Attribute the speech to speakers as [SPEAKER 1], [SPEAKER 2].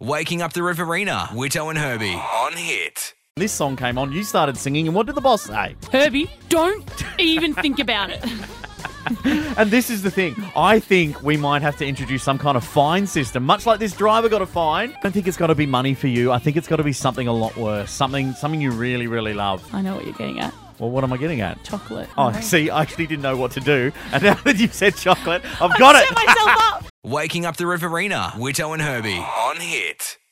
[SPEAKER 1] Waking Up the Riverina, Witto and Herbie on Hit.
[SPEAKER 2] This song came on, you started singing, and what did the boss say?
[SPEAKER 3] Herbie, don't even think about it.
[SPEAKER 2] And this is the thing. I think we might have to introduce some kind of fine system, much like this driver got a fine. I don't think it's got to be money for you. I think it's got to be something a lot worse, something something you really, really love.
[SPEAKER 3] I know what you're getting at.
[SPEAKER 2] Well, what am I getting at?
[SPEAKER 3] Chocolate.
[SPEAKER 2] Oh, see, I actually didn't know what to do, and now that you've said chocolate, I've got it.
[SPEAKER 3] Set myself up.
[SPEAKER 1] Waking Up the Riverina, Witto and Herbie on Hit.